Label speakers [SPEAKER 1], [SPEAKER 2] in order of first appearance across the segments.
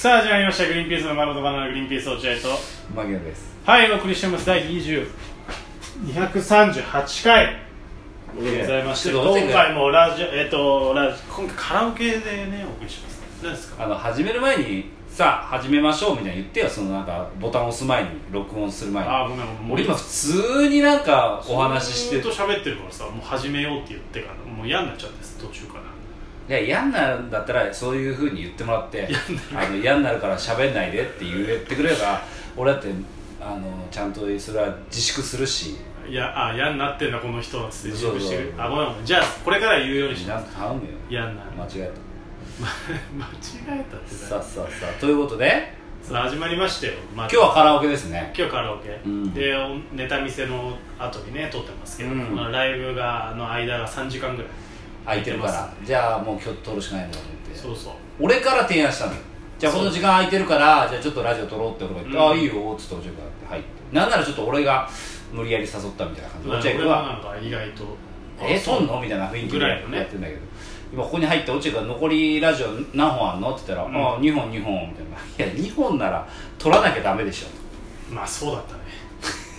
[SPEAKER 1] さあ始まりました「グリーンピースの丸とバナナグリーンピース落合と」
[SPEAKER 2] マギアです
[SPEAKER 1] はいお送りしております第20 238回でございまして
[SPEAKER 2] ちょっと
[SPEAKER 1] 今回もラジオえっ、とラジ今回カラオケでねお送りします何ですか
[SPEAKER 2] あの始める前にさあ始めましょうみたいな言ってよそのなんかボタンを押す前に録音する前に
[SPEAKER 1] あーごめんごめん
[SPEAKER 2] 俺今普通になんかお話しして
[SPEAKER 1] ずー
[SPEAKER 2] る
[SPEAKER 1] っと喋ってるからさもう始めようって言ってからもう嫌になっちゃうんです途中から
[SPEAKER 2] いや嫌になるんだったらそういうふうに言ってもらってあの嫌になるから喋んないでって言ってくれれば俺だってあのちゃんとそれは自粛するし
[SPEAKER 1] いやあー嫌になってんだこの人はつって自
[SPEAKER 2] そう
[SPEAKER 1] 粛してく
[SPEAKER 2] そ
[SPEAKER 1] れ
[SPEAKER 2] うそう
[SPEAKER 1] あごめんごめんじゃあこれから言うようにし
[SPEAKER 2] な
[SPEAKER 1] ま
[SPEAKER 2] ん
[SPEAKER 1] す
[SPEAKER 2] か頼むよ
[SPEAKER 1] 嫌になる
[SPEAKER 2] 間違え
[SPEAKER 1] 間違えたったて
[SPEAKER 2] さ
[SPEAKER 1] さ
[SPEAKER 2] あさあさあということで
[SPEAKER 1] さあ始まりましたよ今
[SPEAKER 2] 今日はカラオケですね
[SPEAKER 1] 今日カラオケ、
[SPEAKER 2] うん
[SPEAKER 1] でネタ見せの後にね撮ってますけど、
[SPEAKER 2] うん
[SPEAKER 1] まあライブがの間が3時間ぐらい
[SPEAKER 2] 空いてるか
[SPEAKER 1] 空い
[SPEAKER 2] らじゃあもう今日撮るしかないんだと思って
[SPEAKER 1] そうそう
[SPEAKER 2] 俺から提案したのよじゃあ
[SPEAKER 1] そう
[SPEAKER 2] この時間空いてるからじゃあちょっとラジオ撮ろうって俺が言って、
[SPEAKER 1] うん
[SPEAKER 2] ああいいよっつって落合君が「はい」なんならちょっと俺が無理やり誘ったみたいな感じで
[SPEAKER 1] まあ
[SPEAKER 2] 落合
[SPEAKER 1] 俺
[SPEAKER 2] 君
[SPEAKER 1] も
[SPEAKER 2] は
[SPEAKER 1] なんか意外と
[SPEAKER 2] 「えそんの?」みたいな雰囲気
[SPEAKER 1] ぐ
[SPEAKER 2] で
[SPEAKER 1] らい
[SPEAKER 2] や
[SPEAKER 1] の
[SPEAKER 2] っ
[SPEAKER 1] ね
[SPEAKER 2] てんだけど、今ここに入って落合君が「残りラジオ何本あんの?」って言ったら
[SPEAKER 1] う
[SPEAKER 2] 「
[SPEAKER 1] ん
[SPEAKER 2] ああ2本2本」みたいな「いや2本なら撮らなきゃダメでしょ」
[SPEAKER 1] まあそうだったね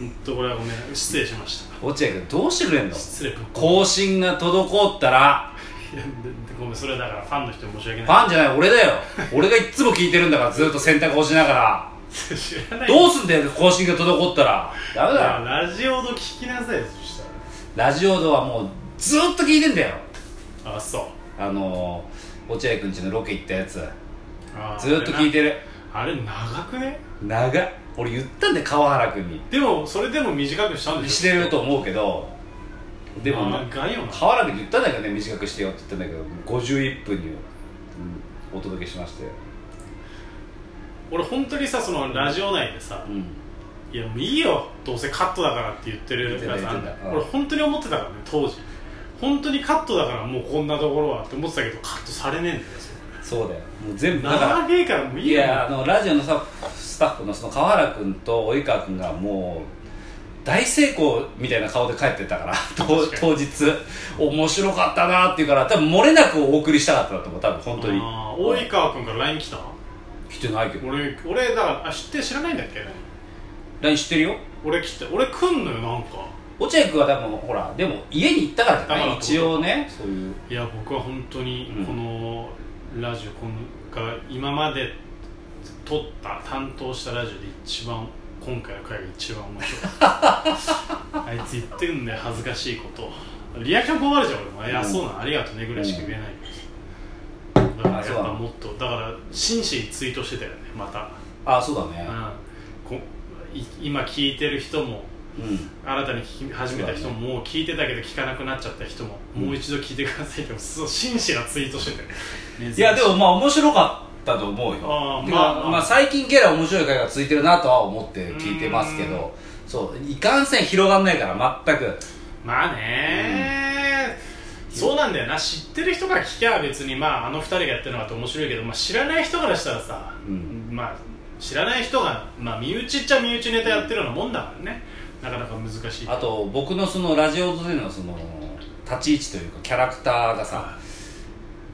[SPEAKER 1] 本当これはごめん失礼しました
[SPEAKER 2] 落合君どうしてくれんの
[SPEAKER 1] 失礼
[SPEAKER 2] 更新が滞ったら
[SPEAKER 1] いやでごめんそれはだからファンの人に申し訳
[SPEAKER 2] フ
[SPEAKER 1] ない
[SPEAKER 2] ァンじゃない俺だよ俺がいっつも聞いてるんだからずっと洗濯干しながら
[SPEAKER 1] 知らない
[SPEAKER 2] どうすんだよ更新が滞ったらダメだよ
[SPEAKER 1] いやラジオの聞きなさいよそし
[SPEAKER 2] ラジオドはもうずっと聞いてんだよ
[SPEAKER 1] たらあそう
[SPEAKER 2] あのー、落合君ちのロケ行ったやつず
[SPEAKER 1] あー
[SPEAKER 2] っと聞いてる
[SPEAKER 1] あれなあれ長くね
[SPEAKER 2] 長っ俺言ったんだよ川原君
[SPEAKER 1] でもそれでも短くしたん
[SPEAKER 2] に
[SPEAKER 1] で
[SPEAKER 2] し
[SPEAKER 1] してょ
[SPEAKER 2] ると思うけどでもな
[SPEAKER 1] 長いよな
[SPEAKER 2] 川原君に言ったんだけどね短くしてよって言ったんだけど51分に、うんお届けしまして
[SPEAKER 1] 俺本当にさそのラジオ内でさ、
[SPEAKER 2] うん
[SPEAKER 1] いやもういいよどうせカットだからって言ってるやつあんじゃん
[SPEAKER 2] 言ってた言ってたうん
[SPEAKER 1] 俺本当に思ってたからね当時本当にカットだからもうこんなところはって思ってたけどカットされねえんだよ
[SPEAKER 2] そうだよもう全部だから
[SPEAKER 1] 長いからもういい
[SPEAKER 2] い
[SPEAKER 1] よ
[SPEAKER 2] やあのラジオのさスタッフのその川原君と及川君がもう大成功みたいな顔で帰ってた からと
[SPEAKER 1] 確かに
[SPEAKER 2] 当日面白かったなっていうから多分漏れなくお送りしたかったと思う多分本当に
[SPEAKER 1] あー大井川君から LINE 来た
[SPEAKER 2] 来てないけど
[SPEAKER 1] 俺俺だからあ知って知らないんだっけ
[SPEAKER 2] LINE 知ってるよ
[SPEAKER 1] 俺来て俺来んのよなんか
[SPEAKER 2] 落合君は多分ほらでも家に行ったからじゃ
[SPEAKER 1] だ
[SPEAKER 2] な
[SPEAKER 1] から
[SPEAKER 2] い一応ねそういう
[SPEAKER 1] いや僕は本当にこのラジオ、このが今まで撮った担当したラジオで一番今回の回が一番面 白かったあいつ言ってんだよ恥ずかしいことリアクション困るじゃん俺も「いや
[SPEAKER 2] うん
[SPEAKER 1] そうなのありがとうね」ぐらいしか言えないけど、だから
[SPEAKER 2] あそう
[SPEAKER 1] や
[SPEAKER 2] な
[SPEAKER 1] っ
[SPEAKER 2] の
[SPEAKER 1] ぱもっとだから真摯にツイートしてたよねまた、
[SPEAKER 2] ああそうだね
[SPEAKER 1] うんこい今聞いてる人も
[SPEAKER 2] うん
[SPEAKER 1] 新たに聞き始めた人ももう聞いてたけど聞かなくなっちゃった人も、
[SPEAKER 2] うん
[SPEAKER 1] もう一度聞いてくださいってそう真摯なツイートしてたよね
[SPEAKER 2] いやでもまあ面白かったと思うよ
[SPEAKER 1] あー
[SPEAKER 2] てか
[SPEAKER 1] まあまあ
[SPEAKER 2] まあ、最近ゲラ面白い回が続いてるなとは思って聞いてますけどそういかんせん広がんないから全く
[SPEAKER 1] まあね、そうなんだよな知ってる人から聞きゃ別にまああの二人がやってるのが面白いけど、まあ、知らない人からしたらさ、
[SPEAKER 2] うん
[SPEAKER 1] まあ知らない人が、まあ、身内っちゃ身内ネタやってるようなもんだからねなかなか難しい
[SPEAKER 2] あと僕のそのラジオでのその立ち位置というかキャラクターがさ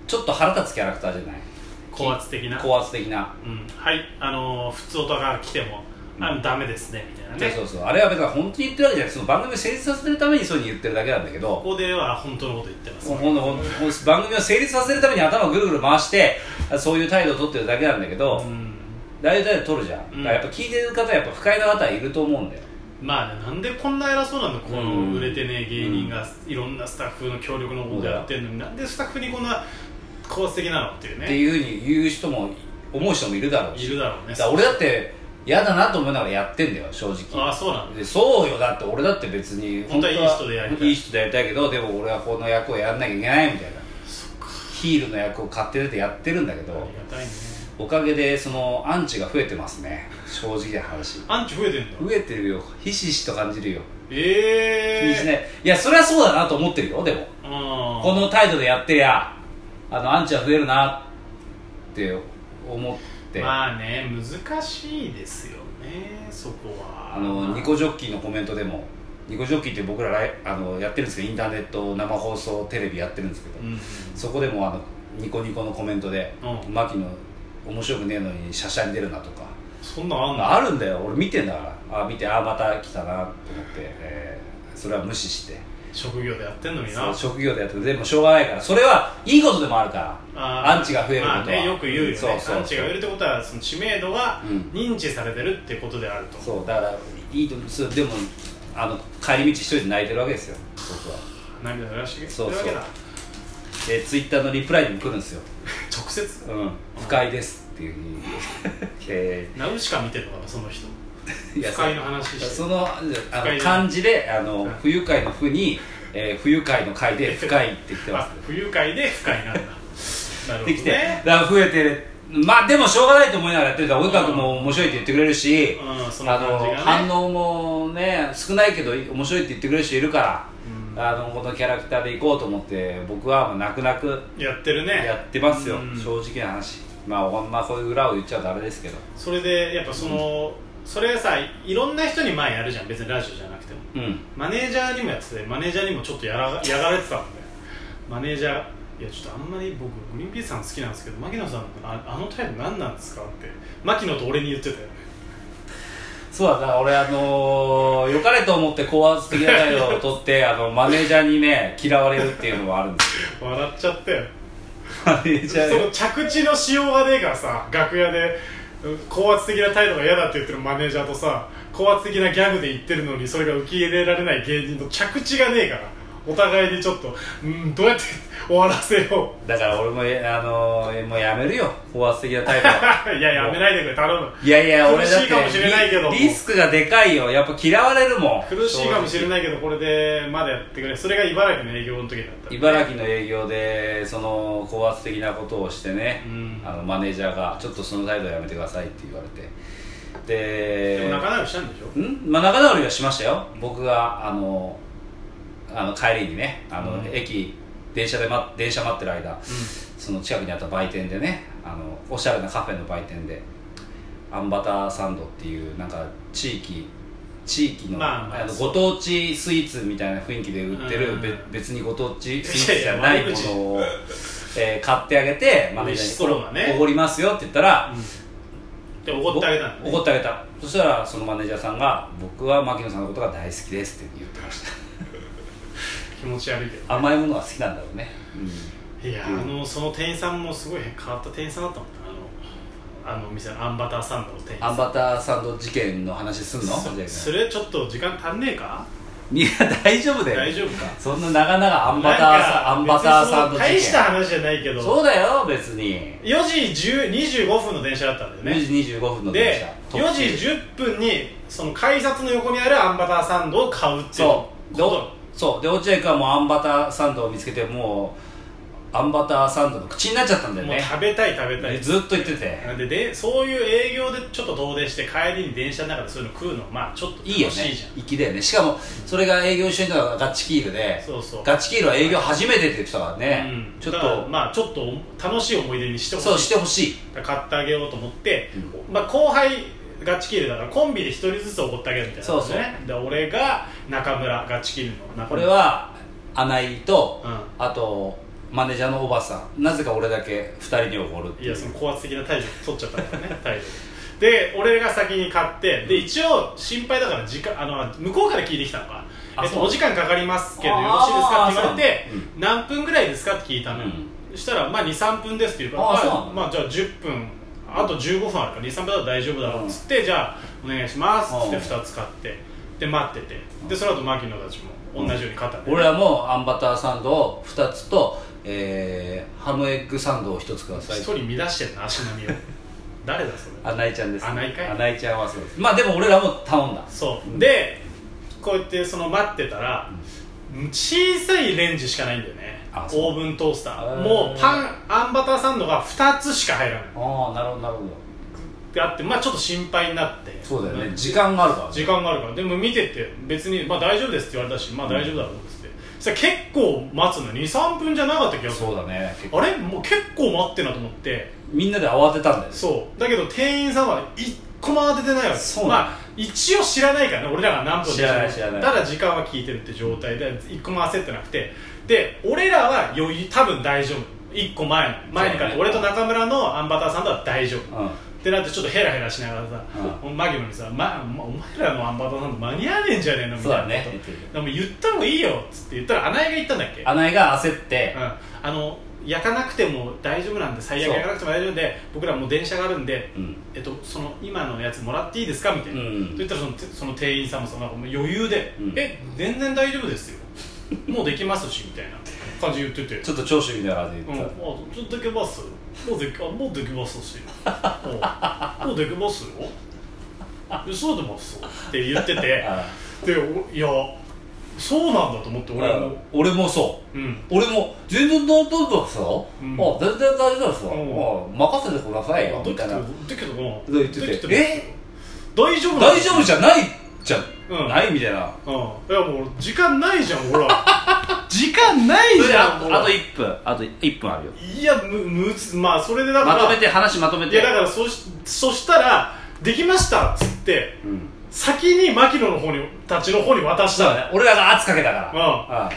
[SPEAKER 2] ちょっと腹立つキャラクターじゃない
[SPEAKER 1] 高圧的な、
[SPEAKER 2] 高圧的な、
[SPEAKER 1] うん、はいあのー普通音が来ても、あ
[SPEAKER 2] うん
[SPEAKER 1] ダメですねみたいなね
[SPEAKER 2] そうそうあれは別に本当に言ってるわけじゃないその番組を成立させるためにそういうふうに言ってるだけなんだけど
[SPEAKER 1] ここでは本当のこと言ってます
[SPEAKER 2] ほんほんほんほん番組を成立させるために頭をぐるぐる回してそういう態度を取ってるだけなんだけど、
[SPEAKER 1] うん
[SPEAKER 2] 大体取るじゃん、
[SPEAKER 1] うん
[SPEAKER 2] だからやっぱ聞いてる方はやっぱ不快な方はいると思うんだよ
[SPEAKER 1] まあね、なんでこんな偉そうなのこ
[SPEAKER 2] うん
[SPEAKER 1] の売れてねえ芸人がいろんなスタッフの協力のもとやってるのになんでスタッフにこんな高圧的なのっていう
[SPEAKER 2] って
[SPEAKER 1] ね
[SPEAKER 2] いうふうに言う人も思う人もいるだろうし
[SPEAKER 1] いるだろうね
[SPEAKER 2] だから俺だって嫌だなと思いながらやってんだよ正直
[SPEAKER 1] ああそうなんだ
[SPEAKER 2] でそうよだって俺だって別に
[SPEAKER 1] 本当はいい人でやりたい
[SPEAKER 2] いい人でやりたいけどでも俺はこの役をやらなきゃいけないみたいな
[SPEAKER 1] そっか
[SPEAKER 2] ヒールの役を買って出てやってるんだけ
[SPEAKER 1] あ
[SPEAKER 2] ど
[SPEAKER 1] りがたいね
[SPEAKER 2] おかげでそのアンチが増えてますね正直な話
[SPEAKER 1] アンチ増えてんだ
[SPEAKER 2] 増えてるよひしひしと感じるよ
[SPEAKER 1] え
[SPEAKER 2] 気にし
[SPEAKER 1] え
[SPEAKER 2] ないいやそれはそうだなと思ってるよでも
[SPEAKER 1] うん
[SPEAKER 2] この態度でやってりゃあのアンチは増えるなって思って、
[SPEAKER 1] まあね難しいですよねそこは
[SPEAKER 2] あのニコジョッキーのコメントでもニコジョッキーって僕らライあのやってるんですけどインターネット生放送テレビやってるんですけど、
[SPEAKER 1] うん
[SPEAKER 2] そこでもあのニコニコのコメントで、
[SPEAKER 1] うん
[SPEAKER 2] 牧野面白くねえのにしゃしゃに出るなとか
[SPEAKER 1] そんなんあんの
[SPEAKER 2] あるんだよ俺見てんだからあ見てあまた来たなと思って、えーそれは無視して
[SPEAKER 1] 職業でやってんのに
[SPEAKER 2] そ
[SPEAKER 1] な
[SPEAKER 2] う職業でやっててでもしょうがないからそれはいいことでもあるから
[SPEAKER 1] あー
[SPEAKER 2] アンチが増えることは
[SPEAKER 1] まあね、よく言うよね
[SPEAKER 2] そうそうそう
[SPEAKER 1] アンチが増えるってことはその知名度が
[SPEAKER 2] うん
[SPEAKER 1] 認知されてるってことであると、
[SPEAKER 2] そうだからいいとそうでもあの帰り道一人で泣いてるわけですよ僕は
[SPEAKER 1] 涙流して
[SPEAKER 2] そう
[SPEAKER 1] る
[SPEAKER 2] そう
[SPEAKER 1] わけだ
[SPEAKER 2] でツイッターのリプライにも来るんですよ
[SPEAKER 1] 直接
[SPEAKER 2] うん不快ですっていう ふうにえ
[SPEAKER 1] ナウシカ見てるのかなその人
[SPEAKER 2] ーいや
[SPEAKER 1] 不快の話して
[SPEAKER 2] そのあ
[SPEAKER 1] 不
[SPEAKER 2] の
[SPEAKER 1] 快な
[SPEAKER 2] 漢字であの
[SPEAKER 1] うん
[SPEAKER 2] 不愉快の「不」に、えー不愉快の「快」で「不快」ってきてます
[SPEAKER 1] あ不愉快で不快なんだなるほど
[SPEAKER 2] できて
[SPEAKER 1] ね
[SPEAKER 2] だから増えてるまあでもしょうがないと思いながらやってるから及川君も面白いって言ってくれるし、
[SPEAKER 1] うんその
[SPEAKER 2] あ
[SPEAKER 1] 感じが
[SPEAKER 2] の
[SPEAKER 1] ね
[SPEAKER 2] 反応もね少ないけど面白いって言ってくれる人いるから、
[SPEAKER 1] うん
[SPEAKER 2] あのこのキャラクターでいこうと思って僕はもう泣く泣く
[SPEAKER 1] やってるね
[SPEAKER 2] やってますよ、
[SPEAKER 1] うん
[SPEAKER 2] 正直な話まあ、まあ、こういう裏を言っちゃダメですけど
[SPEAKER 1] それでやっぱその、それさいろんな人に前やるじゃん別にラジオじゃなくても
[SPEAKER 2] うん
[SPEAKER 1] マネージャーにもやっててマネージャーにもちょっとやらやがれてたんでマネージャーいやちょっとあんまり僕グリーンピースさん好きなんですけど牧野さんああのタイプ何なんですかって牧野と俺に言ってたよね
[SPEAKER 2] そうだな俺あのー、良かれと思って高圧的な態度をとって あのマネージャーにね嫌われるっていうのはあるんですよ
[SPEAKER 1] 笑っちゃったよ
[SPEAKER 2] マネージ
[SPEAKER 1] そ
[SPEAKER 2] ャー
[SPEAKER 1] の着地のしようがねえからさ楽屋でうん高圧的な態度が嫌だって言ってるマネージャーとさ高圧的なギャグで言ってるのにそれが受け入れられない芸人と着地がねえからお互いにちょっと、うん、どうやって終わらせよ
[SPEAKER 2] だから俺もえあのー、もうやめるよ高圧的な態度は
[SPEAKER 1] う いややめないでくれ頼む
[SPEAKER 2] いやいや俺
[SPEAKER 1] 苦
[SPEAKER 2] だっ
[SPEAKER 1] しいかもしれないけど
[SPEAKER 2] てリリスクがでかいよやっぱ嫌われるもん
[SPEAKER 1] 苦しいかもしれ
[SPEAKER 2] い
[SPEAKER 1] ないけどこれでまだやってくれそれが茨城の営業の時だった
[SPEAKER 2] 茨城の営業でその高圧的なことをしてね、
[SPEAKER 1] うん
[SPEAKER 2] あのマネージャーが「ちょっとその態度やめてください」って言われて
[SPEAKER 1] でも
[SPEAKER 2] で
[SPEAKER 1] 仲直りしたんでしょ
[SPEAKER 2] んまあ、仲直りはしましたよ僕があのあの帰りにねあの、
[SPEAKER 1] うん
[SPEAKER 2] 駅電車で、ま、電車待ってる間、その近くにあった売店でねあのおしゃれなカフェの売店であんバターサンドっていうなんか地域地域の,、
[SPEAKER 1] まあまあ
[SPEAKER 2] の
[SPEAKER 1] そ
[SPEAKER 2] ご当地スイーツみたいな雰囲気で売ってる、
[SPEAKER 1] うん
[SPEAKER 2] べ別にご当地スイーツじゃない
[SPEAKER 1] いやい
[SPEAKER 2] も
[SPEAKER 1] や悪口
[SPEAKER 2] のを、 えー買ってあげてマネー
[SPEAKER 1] 嬉し
[SPEAKER 2] ジャ
[SPEAKER 1] そ
[SPEAKER 2] ーに
[SPEAKER 1] うなね
[SPEAKER 2] おごりますよって言ったら、
[SPEAKER 1] で怒ってあげたんだね
[SPEAKER 2] 怒ってあげたそしたらそのマネージャーさんが「僕は牧野さんのことが大好きです」って言ってました
[SPEAKER 1] 気持ち悪いけど
[SPEAKER 2] 甘いものは好きなんだろうね、
[SPEAKER 1] いや、
[SPEAKER 2] うん
[SPEAKER 1] あのその店員さんもすごい変わった店員さんだったもんねあのあのお店のアンバターサンドの店員
[SPEAKER 2] ア
[SPEAKER 1] さ
[SPEAKER 2] ン
[SPEAKER 1] ん
[SPEAKER 2] バターサンド事件の話すんの
[SPEAKER 1] そそれちょっと時間足んねえか
[SPEAKER 2] いや大丈夫だよ
[SPEAKER 1] 大丈夫か
[SPEAKER 2] そんな長々アンバター
[SPEAKER 1] なんか
[SPEAKER 2] サアンバターサン
[SPEAKER 1] 別にそ
[SPEAKER 2] ド事
[SPEAKER 1] の大した
[SPEAKER 2] 件
[SPEAKER 1] 話じゃないけど
[SPEAKER 2] そうだよ別に
[SPEAKER 1] 4時10 25分の電車だったんだよね
[SPEAKER 2] 4時25分の電
[SPEAKER 1] で
[SPEAKER 2] 車
[SPEAKER 1] 4時10分にその改札の横にあるアンバターサンドを買うっていう
[SPEAKER 2] そうで
[SPEAKER 1] こ
[SPEAKER 2] おそうで落合君はもうアンバターサンドを見つけてもうアンバターサンドの口になっちゃったんだ
[SPEAKER 1] と
[SPEAKER 2] よ
[SPEAKER 1] もう
[SPEAKER 2] ね
[SPEAKER 1] 食べたい食べた
[SPEAKER 2] で
[SPEAKER 1] い
[SPEAKER 2] ずっと言ってて
[SPEAKER 1] なんででそういう営業でちょっと遠出して帰りに電車の中でそういうの食うのまあちょっと楽
[SPEAKER 2] い
[SPEAKER 1] し
[SPEAKER 2] い
[SPEAKER 1] い
[SPEAKER 2] よね
[SPEAKER 1] じゃん
[SPEAKER 2] 粋だよねしかもそれが営業一緒にいたのがガチキールで
[SPEAKER 1] そうそう
[SPEAKER 2] ガチキールは営業初めてって言ってたからね、
[SPEAKER 1] うん
[SPEAKER 2] ちょっ
[SPEAKER 1] だから
[SPEAKER 2] と、
[SPEAKER 1] まあちょっと楽しい思い出にしてほしい
[SPEAKER 2] そうしてほしい
[SPEAKER 1] だから買ってあげようと思って、まあ、後輩ガチキールだからコンビで一人ずつおごってあげるみたいな、ね、
[SPEAKER 2] そうそう
[SPEAKER 1] で俺が中村ガチキールの中
[SPEAKER 2] これ
[SPEAKER 1] 村
[SPEAKER 2] は穴井と、
[SPEAKER 1] うん
[SPEAKER 2] あとマネージャーのおばさんなぜか俺だけ2人におごるって
[SPEAKER 1] い
[SPEAKER 2] いう
[SPEAKER 1] やその高圧的な態度取っちゃったからね態度で俺が先に買ってで一応心配だから時間あの向こうから聞いてきたのか
[SPEAKER 2] あ
[SPEAKER 1] えっと、
[SPEAKER 2] そう
[SPEAKER 1] お時間かかりますけどよろしいですかって言われて
[SPEAKER 2] あー、そうなん
[SPEAKER 1] 何分ぐらいですかって聞いたの、
[SPEAKER 2] うん
[SPEAKER 1] そしたら、まあ、23分ですって言うから
[SPEAKER 2] あー
[SPEAKER 1] ま
[SPEAKER 2] そうなんだ
[SPEAKER 1] まあ、じゃあ10分あと15分あるから23分だと大丈夫だろうっつって、じゃあお願いしますっつって
[SPEAKER 2] うん
[SPEAKER 1] 2つ買ってで待っててでその後牧野たちも同じように買ったんで、
[SPEAKER 2] 俺はもうアンバターサンドを2つと、えーハムエッグサンドを1つください
[SPEAKER 1] 一人乱してんの足並みを誰だそれ
[SPEAKER 2] 穴井ちゃんです
[SPEAKER 1] 穴井かい
[SPEAKER 2] 穴井ちゃんはそうですまあでも俺らも頼んだ
[SPEAKER 1] そう、
[SPEAKER 2] うん
[SPEAKER 1] でこうやってその待ってたら、小さいレンジしかないんだよね
[SPEAKER 2] あそ
[SPEAKER 1] オ
[SPEAKER 2] う
[SPEAKER 1] ーブントースター
[SPEAKER 2] へー
[SPEAKER 1] もうパンあんバターサンドが2つしか入らない
[SPEAKER 2] ああなるほどなるほど
[SPEAKER 1] であってまあちょっと心配になって
[SPEAKER 2] そうだよね、
[SPEAKER 1] ん
[SPEAKER 2] 時間があるからね
[SPEAKER 1] 時間があるからでも見てて別に、まあ、大丈夫ですって言われたしまあ大丈夫だろうっつって、そしたら結構待つの23分じゃなかった気がする
[SPEAKER 2] そうだね結構
[SPEAKER 1] あれもう結構待ってんなと思って
[SPEAKER 2] みんなで慌てたんだよ
[SPEAKER 1] そうだけど店員さんは一個も慌ててないわけ
[SPEAKER 2] そうなの
[SPEAKER 1] まあ一応知らないからね俺らが何分で
[SPEAKER 2] 知らない知らない
[SPEAKER 1] ただ時間は聞いてるって状態で一個も焦ってなくてで俺らは余裕多分大丈夫1個前の前に買って、
[SPEAKER 2] そう
[SPEAKER 1] 俺
[SPEAKER 2] だね
[SPEAKER 1] と中村のアンバターさんとは大丈夫
[SPEAKER 2] うん
[SPEAKER 1] ってなってちょっとヘラヘラしながらさ、
[SPEAKER 2] う
[SPEAKER 1] マギノにさ、まお前らのアンバターさんと間に合わねえんじゃねえのみた
[SPEAKER 2] そ
[SPEAKER 1] いうな
[SPEAKER 2] だ
[SPEAKER 1] こと
[SPEAKER 2] ね言ってる
[SPEAKER 1] でも言った方がいいよっつって言ったら穴井が言ったんだっけ
[SPEAKER 2] 穴井が焦って、
[SPEAKER 1] うん、あの焼かなくても大丈夫なんで最悪
[SPEAKER 2] そう
[SPEAKER 1] 焼かなくても大丈夫で僕らもう電車があるんで、
[SPEAKER 2] うん
[SPEAKER 1] えっと、その今のやつもらっていいですかみたいな、
[SPEAKER 2] うん
[SPEAKER 1] と言ったらそのてその店員さんもそのなんかもう余裕で、
[SPEAKER 2] うん
[SPEAKER 1] え全然大丈夫ですよもうできますしみたいな感じで言ってて
[SPEAKER 2] ちょっと聴取みたいな感じで
[SPEAKER 1] うん、あ
[SPEAKER 2] 言って
[SPEAKER 1] ちょっとできますもうできあもうできますしうんもうできますよえそうでますって言ってて
[SPEAKER 2] た、あ
[SPEAKER 1] でおいやそうなんだと思って俺
[SPEAKER 2] 俺
[SPEAKER 1] も
[SPEAKER 2] も、俺もそう
[SPEAKER 1] うん、
[SPEAKER 2] 俺も全然大丈夫ですよ、
[SPEAKER 1] うん
[SPEAKER 2] あ全然大丈夫ですよ、
[SPEAKER 1] うん
[SPEAKER 2] もう任せてくださいよ
[SPEAKER 1] だ
[SPEAKER 2] みたいな
[SPEAKER 1] けどな
[SPEAKER 2] 言っててえ
[SPEAKER 1] 大丈夫なの
[SPEAKER 2] 大丈夫じゃないじゃ
[SPEAKER 1] うん
[SPEAKER 2] ないみたいな
[SPEAKER 1] うんいやもう時間ないじゃんほら時間ないじゃんほ
[SPEAKER 2] あ
[SPEAKER 1] ら
[SPEAKER 2] と1分あと1分あるよ
[SPEAKER 1] いやむむつまあそれでだか
[SPEAKER 2] ま
[SPEAKER 1] ら
[SPEAKER 2] とめて話まとめ
[SPEAKER 1] い
[SPEAKER 2] て
[SPEAKER 1] やだからそしそしたらできましたっつって
[SPEAKER 2] うん
[SPEAKER 1] 先に牧野の方にたちの方に渡し
[SPEAKER 2] そう
[SPEAKER 1] た
[SPEAKER 2] だね俺らが圧かけたか
[SPEAKER 1] うん
[SPEAKER 2] ら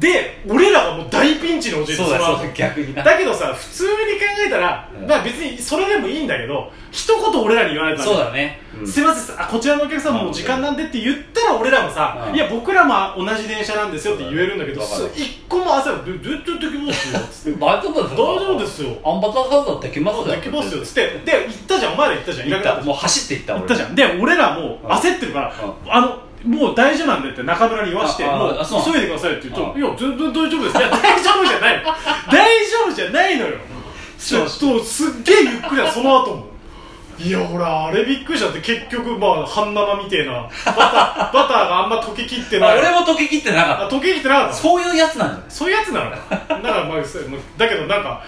[SPEAKER 1] で俺らがもう大ピンチに陥
[SPEAKER 2] うん
[SPEAKER 1] って
[SPEAKER 2] そうだ
[SPEAKER 1] の後
[SPEAKER 2] そうだ逆にな
[SPEAKER 1] だけどさ普通に考えたら、
[SPEAKER 2] うん
[SPEAKER 1] まあ別にそれでもいいんだけど一言俺らに言われたん
[SPEAKER 2] そうだねうん
[SPEAKER 1] すいませんあこちらのお客様もう時間なんでって言ったら俺らもさ、
[SPEAKER 2] うん
[SPEAKER 1] いや僕らも同じ電車なんですよって言えるんだけど、
[SPEAKER 2] そうだね
[SPEAKER 1] 一個も焦るどどうやってできますよつって
[SPEAKER 2] 大丈夫です
[SPEAKER 1] 大
[SPEAKER 2] よ
[SPEAKER 1] 丈夫ですよ
[SPEAKER 2] アンバターサンドできますよ
[SPEAKER 1] できますよつってで行ったじゃんお前ら行ったじゃんい
[SPEAKER 2] 行
[SPEAKER 1] な
[SPEAKER 2] っ
[SPEAKER 1] くなったたじゃん
[SPEAKER 2] もう走って行った
[SPEAKER 1] 行
[SPEAKER 2] 俺
[SPEAKER 1] ったじゃんで俺らもう
[SPEAKER 2] うん
[SPEAKER 1] 焦ってるから、あのもう大丈夫なんでって中村に言わして
[SPEAKER 2] ああ
[SPEAKER 1] も
[SPEAKER 2] あそうな
[SPEAKER 1] う
[SPEAKER 2] の
[SPEAKER 1] 急いでくださいって言うと、
[SPEAKER 2] うん
[SPEAKER 1] いや全然大丈夫ですいや大丈夫じゃ ない大丈夫じゃないのよち
[SPEAKER 2] そ
[SPEAKER 1] ょ
[SPEAKER 2] う
[SPEAKER 1] っとすっげえゆっくりだその後もいやほらあれびっくりしちゃって結局まあ半生みてえなバター バターがあんま溶けきって
[SPEAKER 2] ま
[SPEAKER 1] な
[SPEAKER 2] あ
[SPEAKER 1] い
[SPEAKER 2] 俺も溶けきってなか
[SPEAKER 1] あ
[SPEAKER 2] っ
[SPEAKER 1] 溶けきってなかったた
[SPEAKER 2] そういうやつなんじゃない
[SPEAKER 1] そういうやつなのだからまあそうだけどなんか